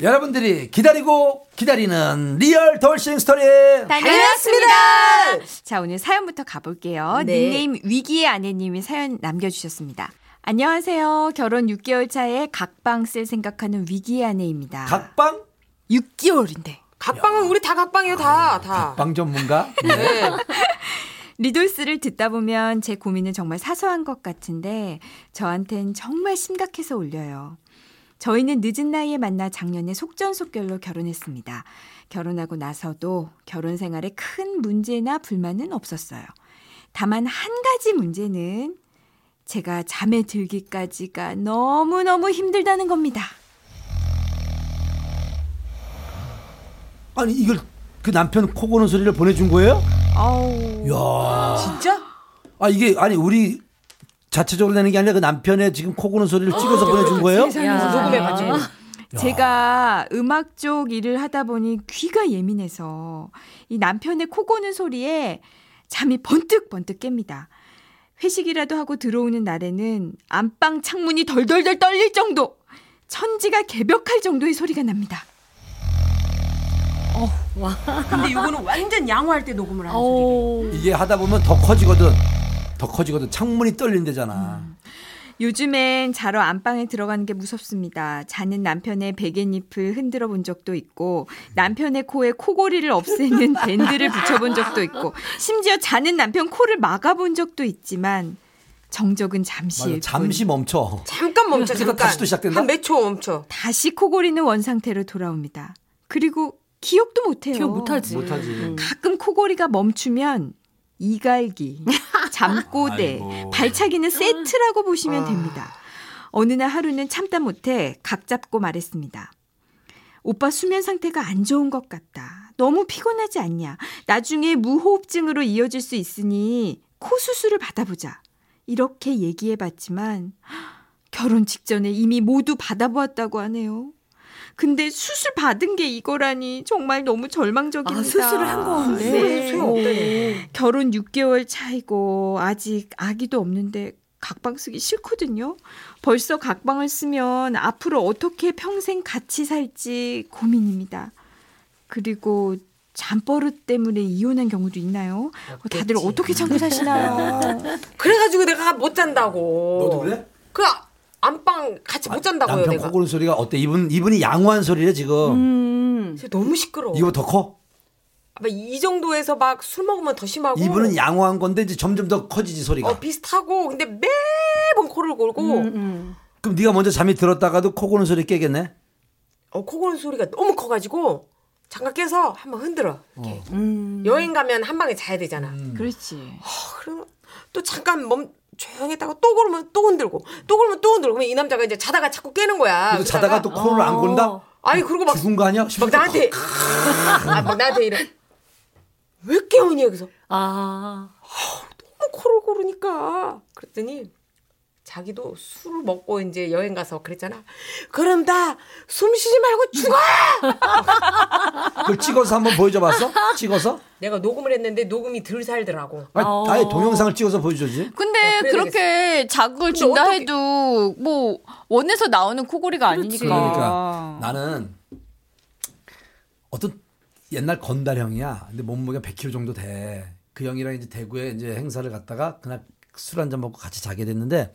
여러분들이 기다리고 기다리는 리얼 돌싱 스토리. 다녀왔습니다. 자, 오늘 사연부터 가볼게요. 네. 닉네임 위기의 아내님이 사연 남겨주셨습니다. 안녕하세요. 결혼 6개월 차에 각방 쓸 생각하는 위기의 아내입니다. 각방? 6개월인데. 각방은 우리 다 각방이요 아, 다 다. 방 전문가? 네. 리돌스를 듣다 보면 제 고민은 정말 사소한 것 같은데 저한텐 정말 심각해서 울려요. 저희는 늦은 나이에 만나 작년에 속전속결로 결혼했습니다. 결혼하고 나서도 결혼 생활에 큰 문제나 불만은 없었어요. 다만 한 가지 문제는 제가 잠에 들기까지가 너무너무 힘들다는 겁니다. 아니 이걸 그 남편 코 고는 소리를 보내준 거예요? 아우. 야. 진짜? 아 이게 아니 우리 자체적으로 내는 게 아니라 그 남편의 지금 코 고는 소리를 찍어서 보내준 거예요? 야. 녹음해가지고. 제가 음악 쪽 일을 하다 보니 귀가 예민해서 이 남편의 코 고는 소리에 잠이 번뜩번뜩 깹니다. 회식이라도 하고 들어오는 날에는 안방 창문이 덜덜덜 떨릴 정도 천지가 개벽할 정도의 소리가 납니다. 근데 이거는 완전 양호할 때 녹음을 하는 소리. 이게 하다 보면 더 커지거든. 더 커지거든. 창문이 떨린대잖아. 요즘엔 자러 안방에 들어가는 게 무섭습니다. 자는 남편의 베갯잎을 흔들어 본 적도 있고 남편의 코에 코골이를 없애는 밴드를 붙여본 적도 있고 심지어 자는 남편 코를 막아본 적도 있지만 정적은 잠시일 맞아. 뿐. 잠시 멈춰. 잠깐 멈춰 잠깐. 다시 또 시작된다? 한 몇 초 멈춰. 다시 코골이는 원 상태로 돌아옵니다. 그리고 기억도 못해요. 기억 못하지. 못하지. 가끔 코골이가 멈추면 이갈기, 잠꼬대, 아이고. 발차기는 세트라고 보시면 됩니다. 어느 날 하루는 참다 못해 각 잡고 말했습니다. 오빠 수면 상태가 안 좋은 것 같다. 너무 피곤하지 않냐. 나중에 무호흡증으로 이어질 수 있으니 코 수술을 받아보자. 이렇게 얘기해봤지만 결혼 직전에 이미 모두 받아보았다고 하네요. 근데 수술 받은 게 이거라니 정말 너무 절망적입니다. 아, 수술을 한 거인데. 네. 수술 없다니. 결혼 6개월 차이고 아직 아기도 없는데 각방 쓰기 싫거든요. 벌써 각방을 쓰면 앞으로 어떻게 평생 같이 살지 고민입니다. 그리고 잠버릇 때문에 이혼한 경우도 있나요? 다들 어떻게 참고 사시나요? 그래가지고 내가 못 잔다고. 너도 그래? 아, 그 안방 같이 못 잔다고요 남편 내가. 코 고는 소리가 어때? 이분 이분이 양호한 소리래 지금. 음. 진짜 너무 시끄러워. 이거 더 커? 아마 이 정도에서 막 술 먹으면 더 심하고. 이분은 양호한 건데 이제 점점 더 커지지 소리가. 어 비슷하고 근데 매번 코를 골고 음, 음. 그럼 네가 먼저 잠이 들었다가도 코 고는 소리 깨겠네. 어, 코 고는 소리가 너무 커가지고 잠깐 깨서 한번 흔들어. 이렇게. 여행 가면 한 방에 자야 되잖아. 음. 음. 그렇지. 어, 그러면 또 잠깐 멈 조용했다가 또 그러면 또 흔들고 또 그러면 또 흔들고 그러면 이 남자가 이제 자다가 자꾸 깨는 거야. 어. 그래서 자다가 또 코를 안 곤다? 아니 그리고 막, 죽은 거 아니야? 막뭐 나한테 아, 막 나한테 이래 왜 깨우니 여기서 아. 너무 코를 고르니까 그랬더니 자기도 술을 먹고 이제 여행 가서 그랬잖아. 그럼 나 숨 쉬지 말고 죽어. 그걸 찍어서 한번 보여줘봤어? 찍어서? 내가 녹음을 했는데 녹음이 덜 살더라고. 아니, 아예 동영상을 찍어서 보여주지. 근데 그래야 그렇게 자극을 준다 네, 어떻게- 해도 뭐 원에서 나오는 코골이가 아니니까. 그러니까 나는 어떤 옛날 건달 형이야. 근데 몸무게가 100kg 정도 돼. 그 형이랑 이제 대구에 이제 행사를 갔다가 그날 술 한 잔 먹고 같이 자게 됐는데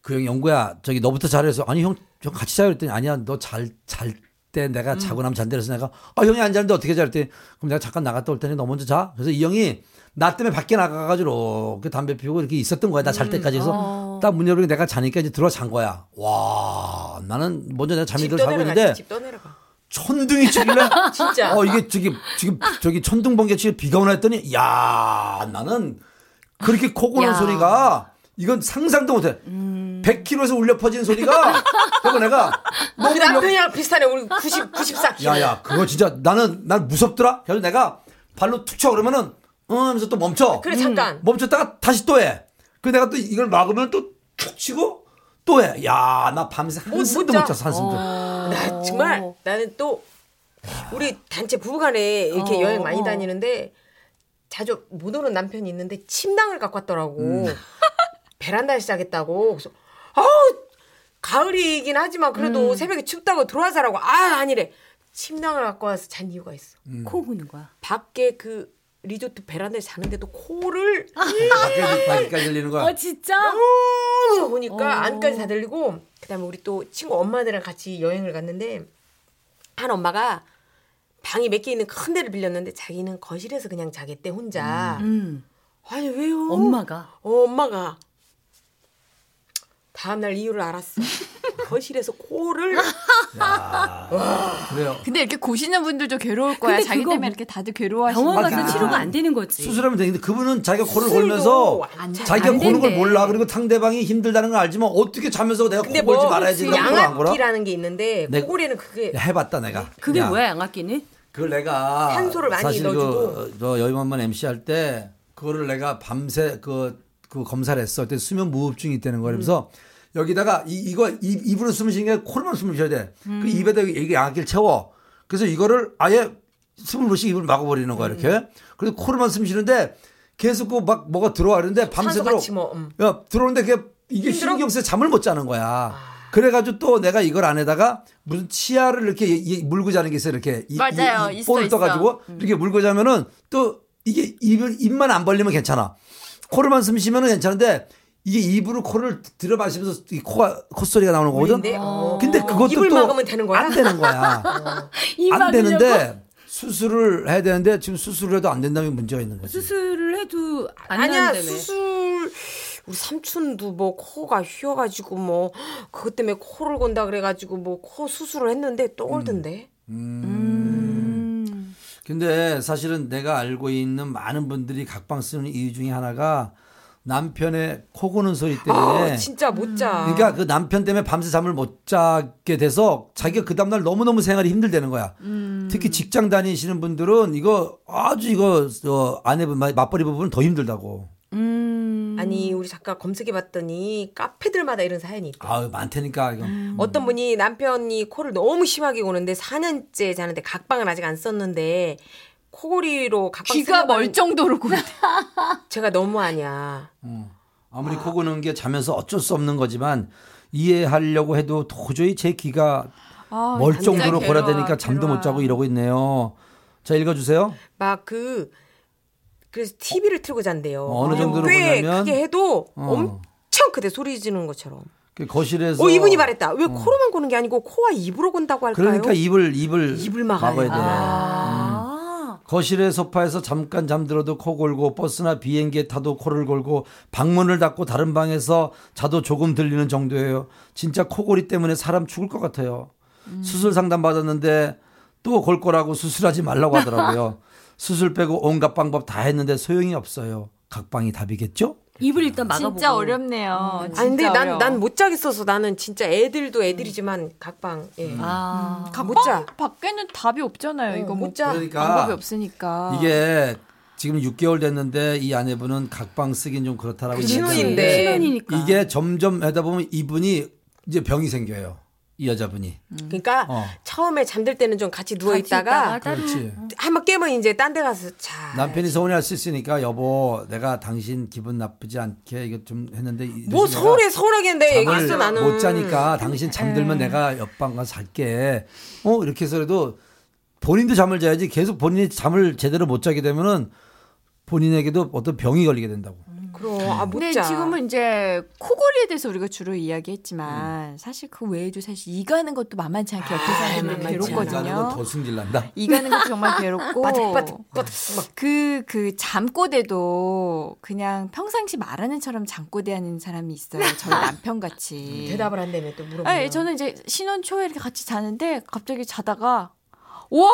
그 형이 영구야 저기 너부터 자래서 아니 형, 형 같이 자요 그랬더니 아니야 너 잘 잘 때 내가 음. 자고 나면 잔대 그래서 내가 아 형이 안 자는데 어떻게 자 그랬더니 그럼 내가 잠깐 나갔다 올 테니 너 먼저 자 그래서 이 형이 나 때문에 밖에 나가가지고 그 담배 피우고 이렇게 있었던 거야 음, 나 잘 때까지 해서 어. 딱 문 열고 내가 자니까 이제 들어 잔 거야 와 나는 먼저 내가 잠이 집 들어 자고 떠내려가. 있는데 집 떠내려가. 천둥이 치길래 진짜. 어 이게 저기 지금 저기 천둥 번개 치고 비가 오나 했더니 야 나는 그렇게 코 고는 소리가 이건 상상도 못해 100km에서 울려 퍼진 소리가 그래서 내가 그 남편이랑 비슷하네. 우리 90 94kg. 야야 그거 진짜 나는 난 무섭더라 그래서 내가 발로 툭 쳐 그러면은 응 하면서 또 멈춰 아, 그래 음. 잠깐. 멈췄다가 다시 또해 그래서 내가 또 이걸 막으면 또 툭 치고 또해야 나 밤새 못 한숨도 자. 못 잤어 한숨도 나 정말 나는 또 우리 단체 부부간에 이렇게 여행 많이 다니는데 자주 못 오는 남편이 있는데 침낭을 갖고 왔더라고. 베란다에 시작했다고. 그래서 아우 가을이긴 하지만 그래도 새벽에 춥다고 들어와 자라고 아 아니래 침낭을 갖고 와서 잔 이유가 있어 코 우는 거야. 밖에 그 리조트 베란다에 자는데도 코를 밖에- 밖에까지 들리는 거야. 진짜? 너무 어. 보니까 안까지 다 들리고 그다음에 우리 또 친구 엄마들이랑 같이 여행을 갔는데 한 엄마가 방이 몇 개 있는 큰 데를 빌렸는데 자기는 거실에서 그냥 자겠대 혼자 음. 아니 왜요 엄마가. 어, 엄마가 다음날 이유를 알았어 거실에서 코를 그래요. 근데 이렇게 고시는 분들 좀 괴로울 거야. 근데 자기 그거 뭐 때문에 이렇게 다들 괴로워하시는 병원 가서 그러니까. 치료가 안 되는 거지. 수술하면 되는데 그분은 자기가 코를 술도 골면서 네. 안 자. 자기가 안 고는 걸 된대. 몰라. 그리고 상대방이 힘들다는 걸 알지만 어떻게 자면서 내가 코 근데 골지 뭐 말아야지. 이런 걸안 걸어? 양압기라는 게 있는데 내- 코골이는 그게 야, 해봤다 내가. 그게 야, 뭐야 양악기는? 그걸 내가 산소를 많이 사실 그, 넣어주고. 저 여의만만 MC 할 때 그거를 내가 밤새 그, 그 검사를 했어. 그때 수면 무호흡증이 있다는 거야. 그래서 여기다가 이, 이거 입, 입으로 숨을 쉬는 게 아니라 코로만 숨을 쉬어야 돼. 음. 그 입에다 이게 양악기를 채워. 그래서 이거를 아예 숨을 못 쉬게 입을 막아버리는 거야 음. 이렇게. 그래서 코로만 숨 쉬는데 계속 그 막 뭐가 들어와 그러는데 밤새도록 산소같이 뭐 음. 야, 들어오는데 그게 이게 힘들어? 아. 신경쓰여 잠을 못 자는 거야. 그래가지고 또 내가 이걸 안에다가 무슨 치아를 이렇게 이- 이 물고 자는 게 있어요. 이렇게 이- 맞아요. 이- 이 있어, 볼을 있어. 떠가지고 음. 이렇게 물고 자면은 또 이게 입을, 입만 안 벌리면 괜찮아. 코로만 숨 쉬면은 괜찮은데 이게 입으로 코를 들어 마시면서 이 코가 콧소리가 나오는 거거든. 근데 어. 근데 그것도 입을 또 막으면 되는 거야? 안 되는 거야. 안뭐 되는데 수술을 해야 되는데 지금 수술을 해도 안 된다면 문제가 있는 거지. 수술을 해도 안 아니야 나는다며. 수술 우리 삼촌도 뭐 코가 휘어가지고 뭐 그것 때문에 코를 건다 그래가지고 뭐 코 수술을 했는데 음. 또 골든데 네. 근데 사실은 내가 알고 있는 많은 분들이 각방 쓰는 이유 중에 하나가 남편의 코 고는 소리 때문에 아, 진짜 못자 그러니까 그 남편 때문에 밤새 잠을 못 자게 돼서 자기가 그 다음날 너무너무 생활이 힘들다는 거야. 음. 특히 직장 다니시는 분들은 이거 아주 이거 저 아내분 마- 맞벌이 부분은 더 힘들다고. 아니 우리 잠깐 검색해봤더니 카페들마다 이런 사연이 있대 아유 많다니까 이거. 어떤 분이 남편이 코를 너무 심하게 고는데 4년째 자는데 각방을 아직 안 썼는데 코골이로 각방 귀가 쓰는 건 멀 정도로 고대. 제가 너무 아니야 아무리 코 고는 게 자면서 어쩔 수 없는 거지만 이해하려고 해도 도저히 제 귀가 멀 진짜 정도로 아, 괴로워, 고라되니까 잠도 못 괴로워요. 자고 이러고 있네요. 자 읽어주세요. 막 그 그래서 TV를 틀고 잔대요. 어, 어느 정도로 꽤 보냐면- 크게 해도 어. 엄청 크대 소리 지르는 것처럼. 그 거실에서. 어 이분이 말했다. 왜 코로만 고는 게 아니고 코와 입으로 건다고 할까요? 그러니까 입을 입을 입을 막아야 막아야 돼. 돼. 아. 거실의 소파에서 잠깐 잠들어도 코 골고 버스나 비행기에 타도 코를 골고 방문을 닫고 다른 방에서 자도 조금 들리는 정도예요. 진짜 코골이 때문에 사람 죽을 것 같아요. 음. 수술 상담 받았는데 또 골 거라고 수술하지 말라고 하더라고요. 수술 빼고 온갖 방법 다 했는데 소용이 없어요. 각방이 답이겠죠? 입을 일단 막아보고. 음. 진짜 어렵네요. 진짜 아니 근데 난 어려워. 난 못 자겠어서 나는 진짜 애들도 음. 애들이지만 각방 예. 아. 못 자. 밖에는 답이 없잖아요. 이거 뭐 못 자. 그러니까 방법이 없으니까. 아. 이게 지금 6개월 됐는데 이 아내분은 각방 쓰긴 좀 그렇다라고 그 얘기하는데 네. 신혼인데. 그러니까. 신혼이니까. 이게 점점 하다 보면 이분이 이제 병이 생겨요. 이 여자분이. 음. 그러니까 어. 처음에 잠들 때는 좀 같이 누워 같이 있다가 따로. 그렇지. 한번 깨면 이제 딴 데 가서 자. 남편이 서운해할 수 있으니까 여보 내가 당신 기분 나쁘지 않게 이거 좀 했는데 이- 뭐 내가 서울에 서울하겠는데 얘기했어 잠을 나는. 음. 못 자니까 당신 잠들면 내가 옆방 가서 잘게 어 이렇게 해서라도 본인도 잠을 자야지 계속 본인이 잠을 제대로 못 자게 되면은 본인에게도 어떤 병이 걸리게 된다고 그럼 아못 근데 자. 지금은 이제 코골이에 대해서 우리가 주로 이야기했지만 음. 사실 그 외에도 사실 이 가는 것도 만만치 않게 옆에 사람들 만만치 나는 아, 건더 괴롭거든요. 승질난다 뭐 이 가는 것도 정말 괴롭고 그, 그, 잠꼬대도 그냥 평상시 말하는 처럼 잠꼬대하는 사람이 있어요. 저희 남편 같이. 대답을 한다며 또 물어보면. 아니, 예, 저는 이제 신혼 초에 이렇게 같이 자는데 갑자기 자다가, 와!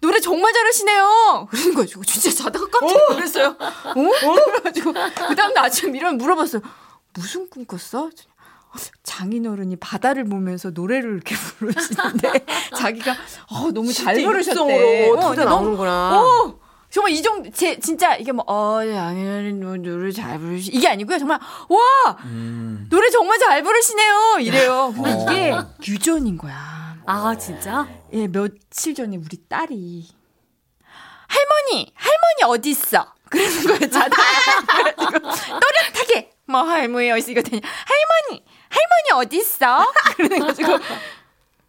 노래 정말 잘하시네요! 그러는 거예요. 저 진짜 자다가 깜짝 놀랐어요. 어? 그래가지고, 그 다음날 아침에 일어나 물어봤어요. 무슨 꿈 꿨어? 장인어른이 바다를 보면서 노래를 이렇게 부르시는데 자기가 어, 너무 잘 진짜 부르셨대. 육성으로 어, 터져 근데 너무 나오는구나. 어! 정말 이 정도, 제, 진짜, 이게 뭐, 어, 양현은 노래 잘 부르시, 이게 아니고요. 정말, 와! 노래 정말 잘 부르시네요! 이래요. 근데 이게 유전인 거야. 아, 진짜? 예, 며칠 전에 우리 딸이, 할머니! 할머니 어디 있어? 그러는 거예요, 자다. 그래가지고, 또렷하게! 뭐 할머니 어디서 이거 되냐? 할머니, 할머니 어디 있어? 그러는 가지고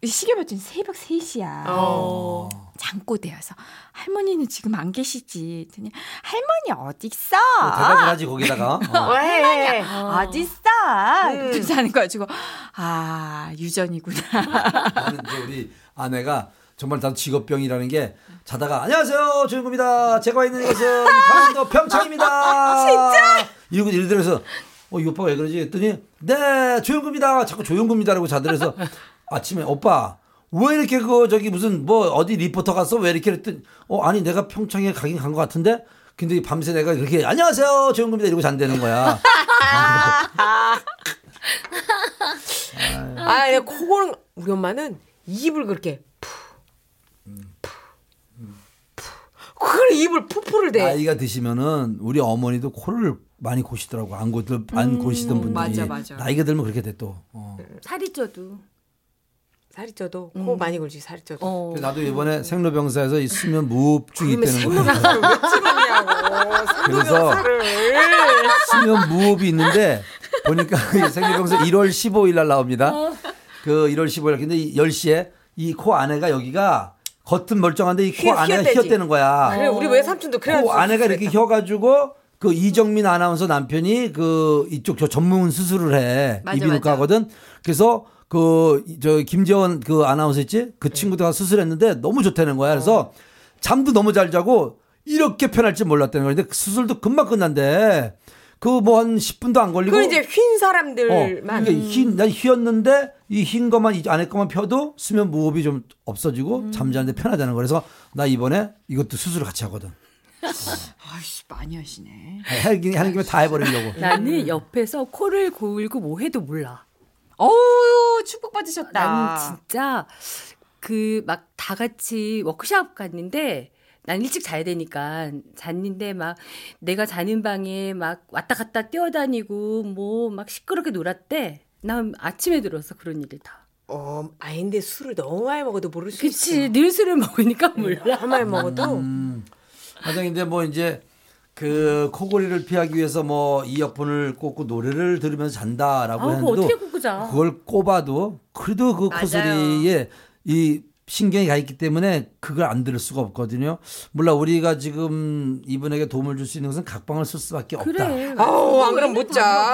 시계 봤더니 새벽 3시야. 어. 장꼬대여서 할머니는 지금 안 계시지. 했더니 할머니 어디 있어? 뭐 아. 대답을 하지 거기다가 어. 왜? 어디 있어? 음. 이렇게 하는 거야. 지고 아 유전이구나. 나는 이제 우리 아내가 정말 나도 직업병이라는 게 자다가 안녕하세요 조영구입니다. 제가 있는 이곳은 강원도 평창입니다. 진짜? 이러고 예를 들어서 어, 이 오빠가 왜 그러지? 했더니 네 조영구입니다. 자꾸 조영구입니다라고 자들어서 아침에 오빠 왜 이렇게 그 저기 무슨 뭐 어디 리포터 갔어 왜 이렇게 했더니 어 아니 내가 평창에 가긴 간 것 같은데 근데 밤새 내가 그렇게 안녕하세요 조영구입니다 이러고 잔다는 거야. 아, 예, 그거는 우리 엄마는 입을 그렇게 푸, 푸, 푸. 그걸 입을 푸푸를 대. 나이가 드시면은 우리 어머니도 코를 많이 고시더라고 안 고들 음, 안 고시던 분들이 맞아, 맞아. 나이가 들면 그렇게 돼 또. 어. 네. 살이 쪄도. 살이 쪄도 코 음. 많이 굴지 살이 쪄도. 어. 그래서 나도 이번에 생로병사에서 이 수면 무호흡증이 그러면 있다는 거예요. 생로병사를 왜 찌르냐고. 그래서 생로병사를. 수면 무호흡이 있는데 보니까 이 생로병사 1월 15일 날 나옵니다. 어. 그 1월 15일 날 근데 이 10시에 이 코 안에가 여기가 겉은 멀쩡한데 이 휘- 코 안에가 휘어대지. 휘어대는 거야. 그래 우리 외삼촌도 그래야 그 아내가 이렇게 혀가지고 그 이정민 아나운서 남편이 그 이쪽 저 전문 수술을 해 맞아, 이비인후과 맞아. 하거든. 그래서 그 저 김재원 그 아나운서 있지 그 친구가 수술했는데 너무 좋다는 거야. 그래서 어. 잠도 너무 잘 자고 이렇게 편할지 몰랐다는 거야. 근데 그 수술도 금방 끝난대. 그 뭐 한 10분도 안 걸리고. 그걸 이제 휜 어, 사람들만 음. 그러니까 흰, 난 휘었는데 이 흰 것만 이 안에 것만 펴도 수면 무호흡이 좀 없어지고 음. 잠자는데 편하다는 거. 그래서 나 이번에 이것도 수술을 같이 하거든. 아이씨 많이 하시네. 하긴 하는 김에 다 해버리려고. 나는 옆에서 코를 골고 뭐 해도 몰라. 어우 축복 받으셨다. 난 진짜 그 막 다 같이 워크샵 갔는데 난 일찍 자야 되니까 잤는데 막 내가 자는 방에 막 왔다 갔다 뛰어다니고 뭐 막 시끄럽게 놀았대. 난 아침에 들었어 그런 일이 다. 어 아닌데 술을 너무 많이 먹어도 모를 수 그치 늘 술을 먹으니까 몰라. 있어. 많이 먹어도 음. 하장인데 뭐 이제 그 코골이를 피하기 위해서 뭐 이어폰을 꽂고 노래를 들으면서 잔다라고 아, 그거 했는데 어떻게 꽂자. 그걸 꼽아도 그래도 그 맞아요. 코소리에 이 신경이 가 있기 때문에 그걸 안 들을 수가 없거든요. 물론 우리가 지금 이분에게 도움을 줄 수 있는 것은 각방을 쓸 수밖에 없다. 그래. 아우 안 그럼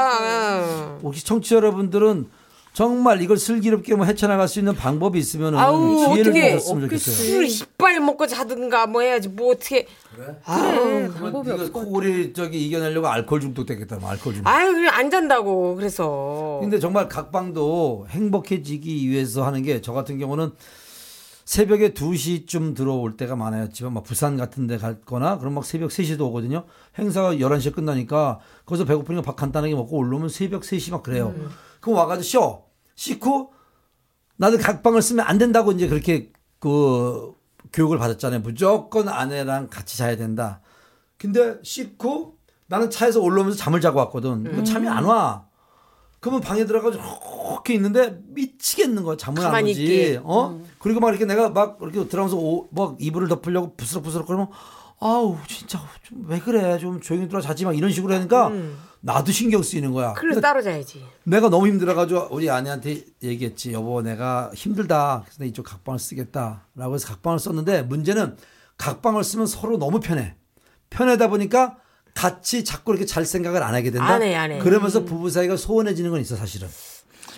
못자 혹시 청취자 여러분들은 정말 이걸 슬기롭게 뭐 헤쳐나갈 수 있는 방법이 있으면 아우, 은 음, 지혜를 어떻게. 그 가졌으면 좋겠어요. 술을 이빨 먹고 자든가 뭐 해야지 뭐 어떻게 그래, 그건 방법이 네가 없을 것 같아. 코골이 저기 이겨내려고 알코올 중독됐겠다. 뭐 알코올 중독. 아유 그냥 안 잔다고 그래서 근데 정말 각방도 행복해지기 위해서 하는 게 저 같은 경우는 새벽에 2시쯤 들어올 때가 많아요. 지금 막 부산 같은 데 갔거나 그럼 막 새벽 3시도 오거든요. 행사가 11시에 끝나니까 거기서 배고프니까 밥 간단하게 먹고 올라오면 새벽 3시 막 그래요. 그럼 와가지고 쉬어. 씻고 나는 각방을 쓰면 안 된다고 이제 그렇게 그 교육을 받았잖아요. 무조건 아내랑 같이 자야 된다. 근데 씻고 나는 차에서 올라오면서 잠을 자고 왔거든. 음. 그 잠이 안 와. 그러면 방에 들어가서 이렇게 있는데 미치겠는 거야. 잠을 안 가만히 음. 오지. 있기. 어? 그리고 막 이렇게 내가 막 이렇게 들어가면서 오- 막 이불을 덮으려고 부스럭부스럭 그러면 아우 진짜 좀 왜 그래 좀 조용히 들어 자지 막 이런 식으로 하니까 음. 나도 신경 쓰이는 거야. 그래서 따로 자야지 내가 너무 힘들어가지고 우리 아내한테 얘기했지. 여보, 내가 힘들다. 그래서 내 이쪽 각방을 쓰겠다라고 해서 각방을 썼는데 문제는 각방을 쓰면 서로 너무 편해. 편하다 보니까 같이 자꾸 이렇게 잘 생각을 안 하게 된다. 안 해, 음. 안 해. 그러면서 부부 사이가 소원해지는 건 있어 사실은.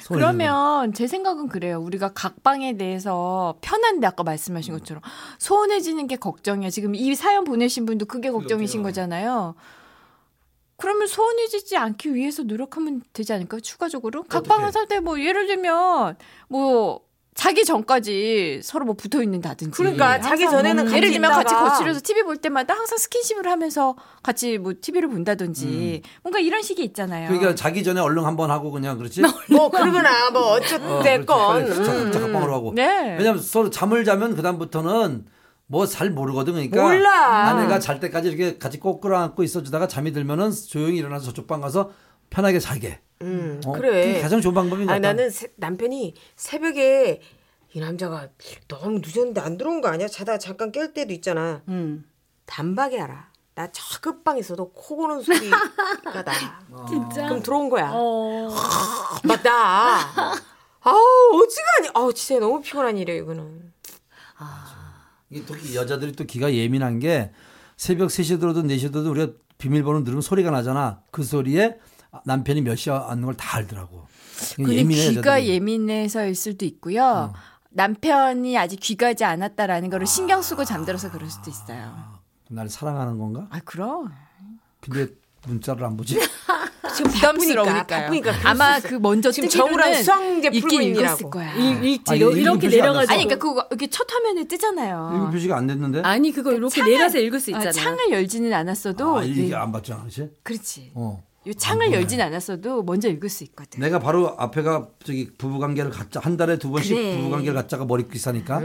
소원해지는 건. 그러면 제 생각은 그래요. 우리가 각방에 대해서 편한데 아까 말씀하신 음. 것처럼 소원해지는 게 걱정이야. 지금 이 사연 보내신 분도 그게 걱정이신 거잖아요. 그러면 소원해지지 않기 위해서 노력하면 되지 않을까요? 추가적으로 네, 각방을 살 때 뭐 예를 들면 뭐 자기 전까지 서로 뭐 붙어 있는다든지. 음. 그러니까 자기 전에는 같이 뭐 예를 들면 같이 있다가. 거실에서 TV 볼 때마다 항상 스킨십을 하면서 같이 뭐 TV를 본다든지 뭔가 이런 식이 있잖아요. 음. 그러니까 자기 전에 얼른 한번 하고 그냥 그렇지. 어, 뭐 그러거나 뭐 아, 어쨌든 음. 자 각방으로 하고. 음. 네. 왜냐면 서로 잠을 자면 그 다음부터는 뭐 잘 모르거든 그러니까 몰라. 아내가 잘 때까지 이렇게 같이 꼬꾸라 안고 있어주다가 잠이 들면은 조용히 일어나서 저쪽 방 가서 편하게 자게. 음, 어, 그게 그래 가장 좋은 방법인 것 아니 같아. 나는 새- 남편이 새벽에 이 남자가 너무 늦었는데 안 들어온 거 아니야? 자다가 잠깐 깰 때도 있잖아. 음. 단박에 알아. 나 저 끝방 있어도 코 고는 소리가 나. 진짜. 그럼 들어온 거야. 어. 막 나. 아우 어지간히. 아우 진짜 너무 피곤한 일이에요 이거는. 이게 또이 여자들이 또 귀가 예민한 게 새벽 3시에 들어든 4시에 들어든 우리가 비밀번호 누르면 소리가 나잖아. 그 소리에 남편이 몇 시에 앉는 걸 다 알더라고. 근데 귀가 여자들은. 예민해서일 수도 있고요. 남편이 아직 귀가하지 않았다라는 거를 신경 쓰고 잠들어서 그럴 수도 있어요. 날 사랑하는 건가? 아 그럼 근데 문자를 안 보지? 지금 부담스러우니까요. 바쁘니까 그럴 아마 수 있어. 그 먼저 지금 뜨기로는 정우랑 수학문제 풀고 읽긴 읽었을 있느라고. 거야. 일, 일찍 아니, 이러- 일찍 이렇게 보지 않았어. 내려가지고 아니 그러니까 그거 이렇게 첫 화면에 뜨잖아요. 일곱 표시가 안 됐는데? 아니 그거 이렇게 창을- 내려서 읽을 수 있잖아. 아, 창을 열지는 않았어도 음, 아, 이게 네, 안 받잖아, 그렇지? 그렇지. 어. 요 창을 열진 않았어도 먼저 읽을 수 있거든. 내가 바로 앞에가 저기 부부관계를 갖자 한 달에 두 번씩 그래. 부부관계를 갖자가 머리 기사니까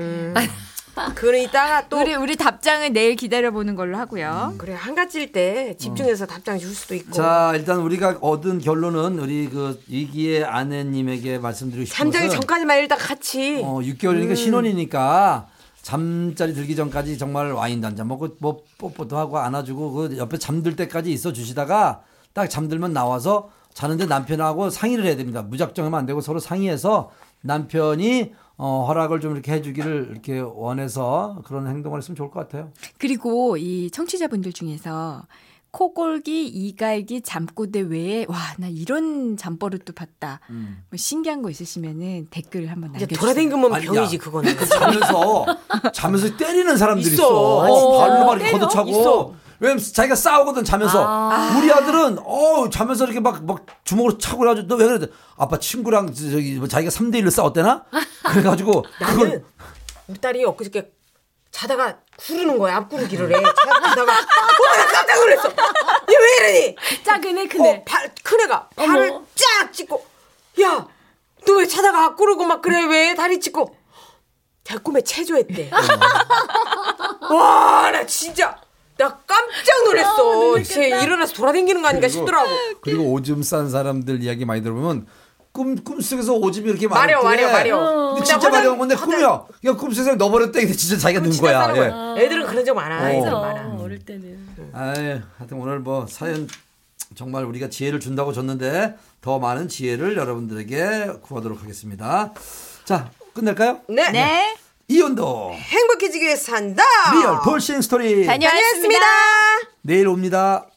그는 이따가 또 우리 우리 답장은 내일 기다려 보는 걸로 하고요. 그래 한 가지일 때 어. 집중해서 답장 줄 수도 있고. 자 일단 우리가 얻은 결론은 우리 그 이기의 아내님에게 말씀드리고 싶은 잠자기 것은 전까지만 일단 같이. 어, 음. 6개월이니까 신혼이니까 잠자리 들기 전까지 정말 와인 단잔 먹고 뭐 뽀뽀도 하고 안아주고 그 옆에 잠들 때까지 있어 주시다가 딱 잠들면 나와서 자는데 남편하고 상의를 해야 됩니다. 무작정 하면 안 되고 서로 상의해서 남편이 어, 허락을 좀 이렇게 해주기를 이렇게 원해서 그런 행동을 했으면 좋을 것 같아요. 그리고 이 청취자분들 중에서 코골기, 이갈기, 잠꼬대 외에 와 나 이런 잠버릇도 봤다. 뭐 신기한 거 있으시면은 댓글 한번 이제 남겨주세요. 돌아댕기면 아니, 병이지 야. 그거는. 자면서 자면서 때리는 사람들이 있어. 있어. 아니, 어, 진짜. 발로 막 이렇게 때려? 걷어차고. 왜냐면 자기가 싸우거든 자면서. 우리 아들은 어 자면서 이렇게 막 막 주먹으로 차고 그래가지고 너 왜 그래? 아빠 친구랑 저- 저기 뭐 자기가 3대 1로 싸웠대나? 그래가지고 그걸 나는 우리 딸이 엊그저께 자다가 구르는 거야 앞구르기를 해. 자- 자다가 어나 깜짝 놀랐어. 얘 왜 이러니? 작은 애 큰 애. 어, 발, 큰 애가 발을 쫙 찢고, 야, 너 왜 자다가 악구르고 막 그래, 왜 다리 찢고. 제 꿈에 체조했대. 와, 나 진짜, 나 깜짝 어. 놀랐어. 쟤 일어나서 돌아다니는 거 아닌가 그리고- 싶더라고. 그리고 오줌 싼 사람들 이야기 많이 들어보면 꿈 꿈속에서 오줌이 이렇게 많을 마려, 때 마려, 마려. 근데 그냥 진짜 화장- 마려운 건데 화장- 꿈이야. 그냥 꿈속에서 넣어버렸다. 근데 진짜 자기가 넣은 진짜 거야. 싸는 예. 거야. 애들은 그런 적 많아. 어. 애들은 그래서 많아. 어, 어릴 때는. 아유, 하여튼 오늘 뭐 사연 정말 우리가 지혜를 준다고 줬는데 더 많은 지혜를 여러분들에게 구하도록 하겠습니다. 자, 끝낼까요? 네. 네. 이혼도 행복해지기 위해 산다. 리얼 볼싱 스토리 다녀왔습니다. 다녀왔습니다. 내일 옵니다.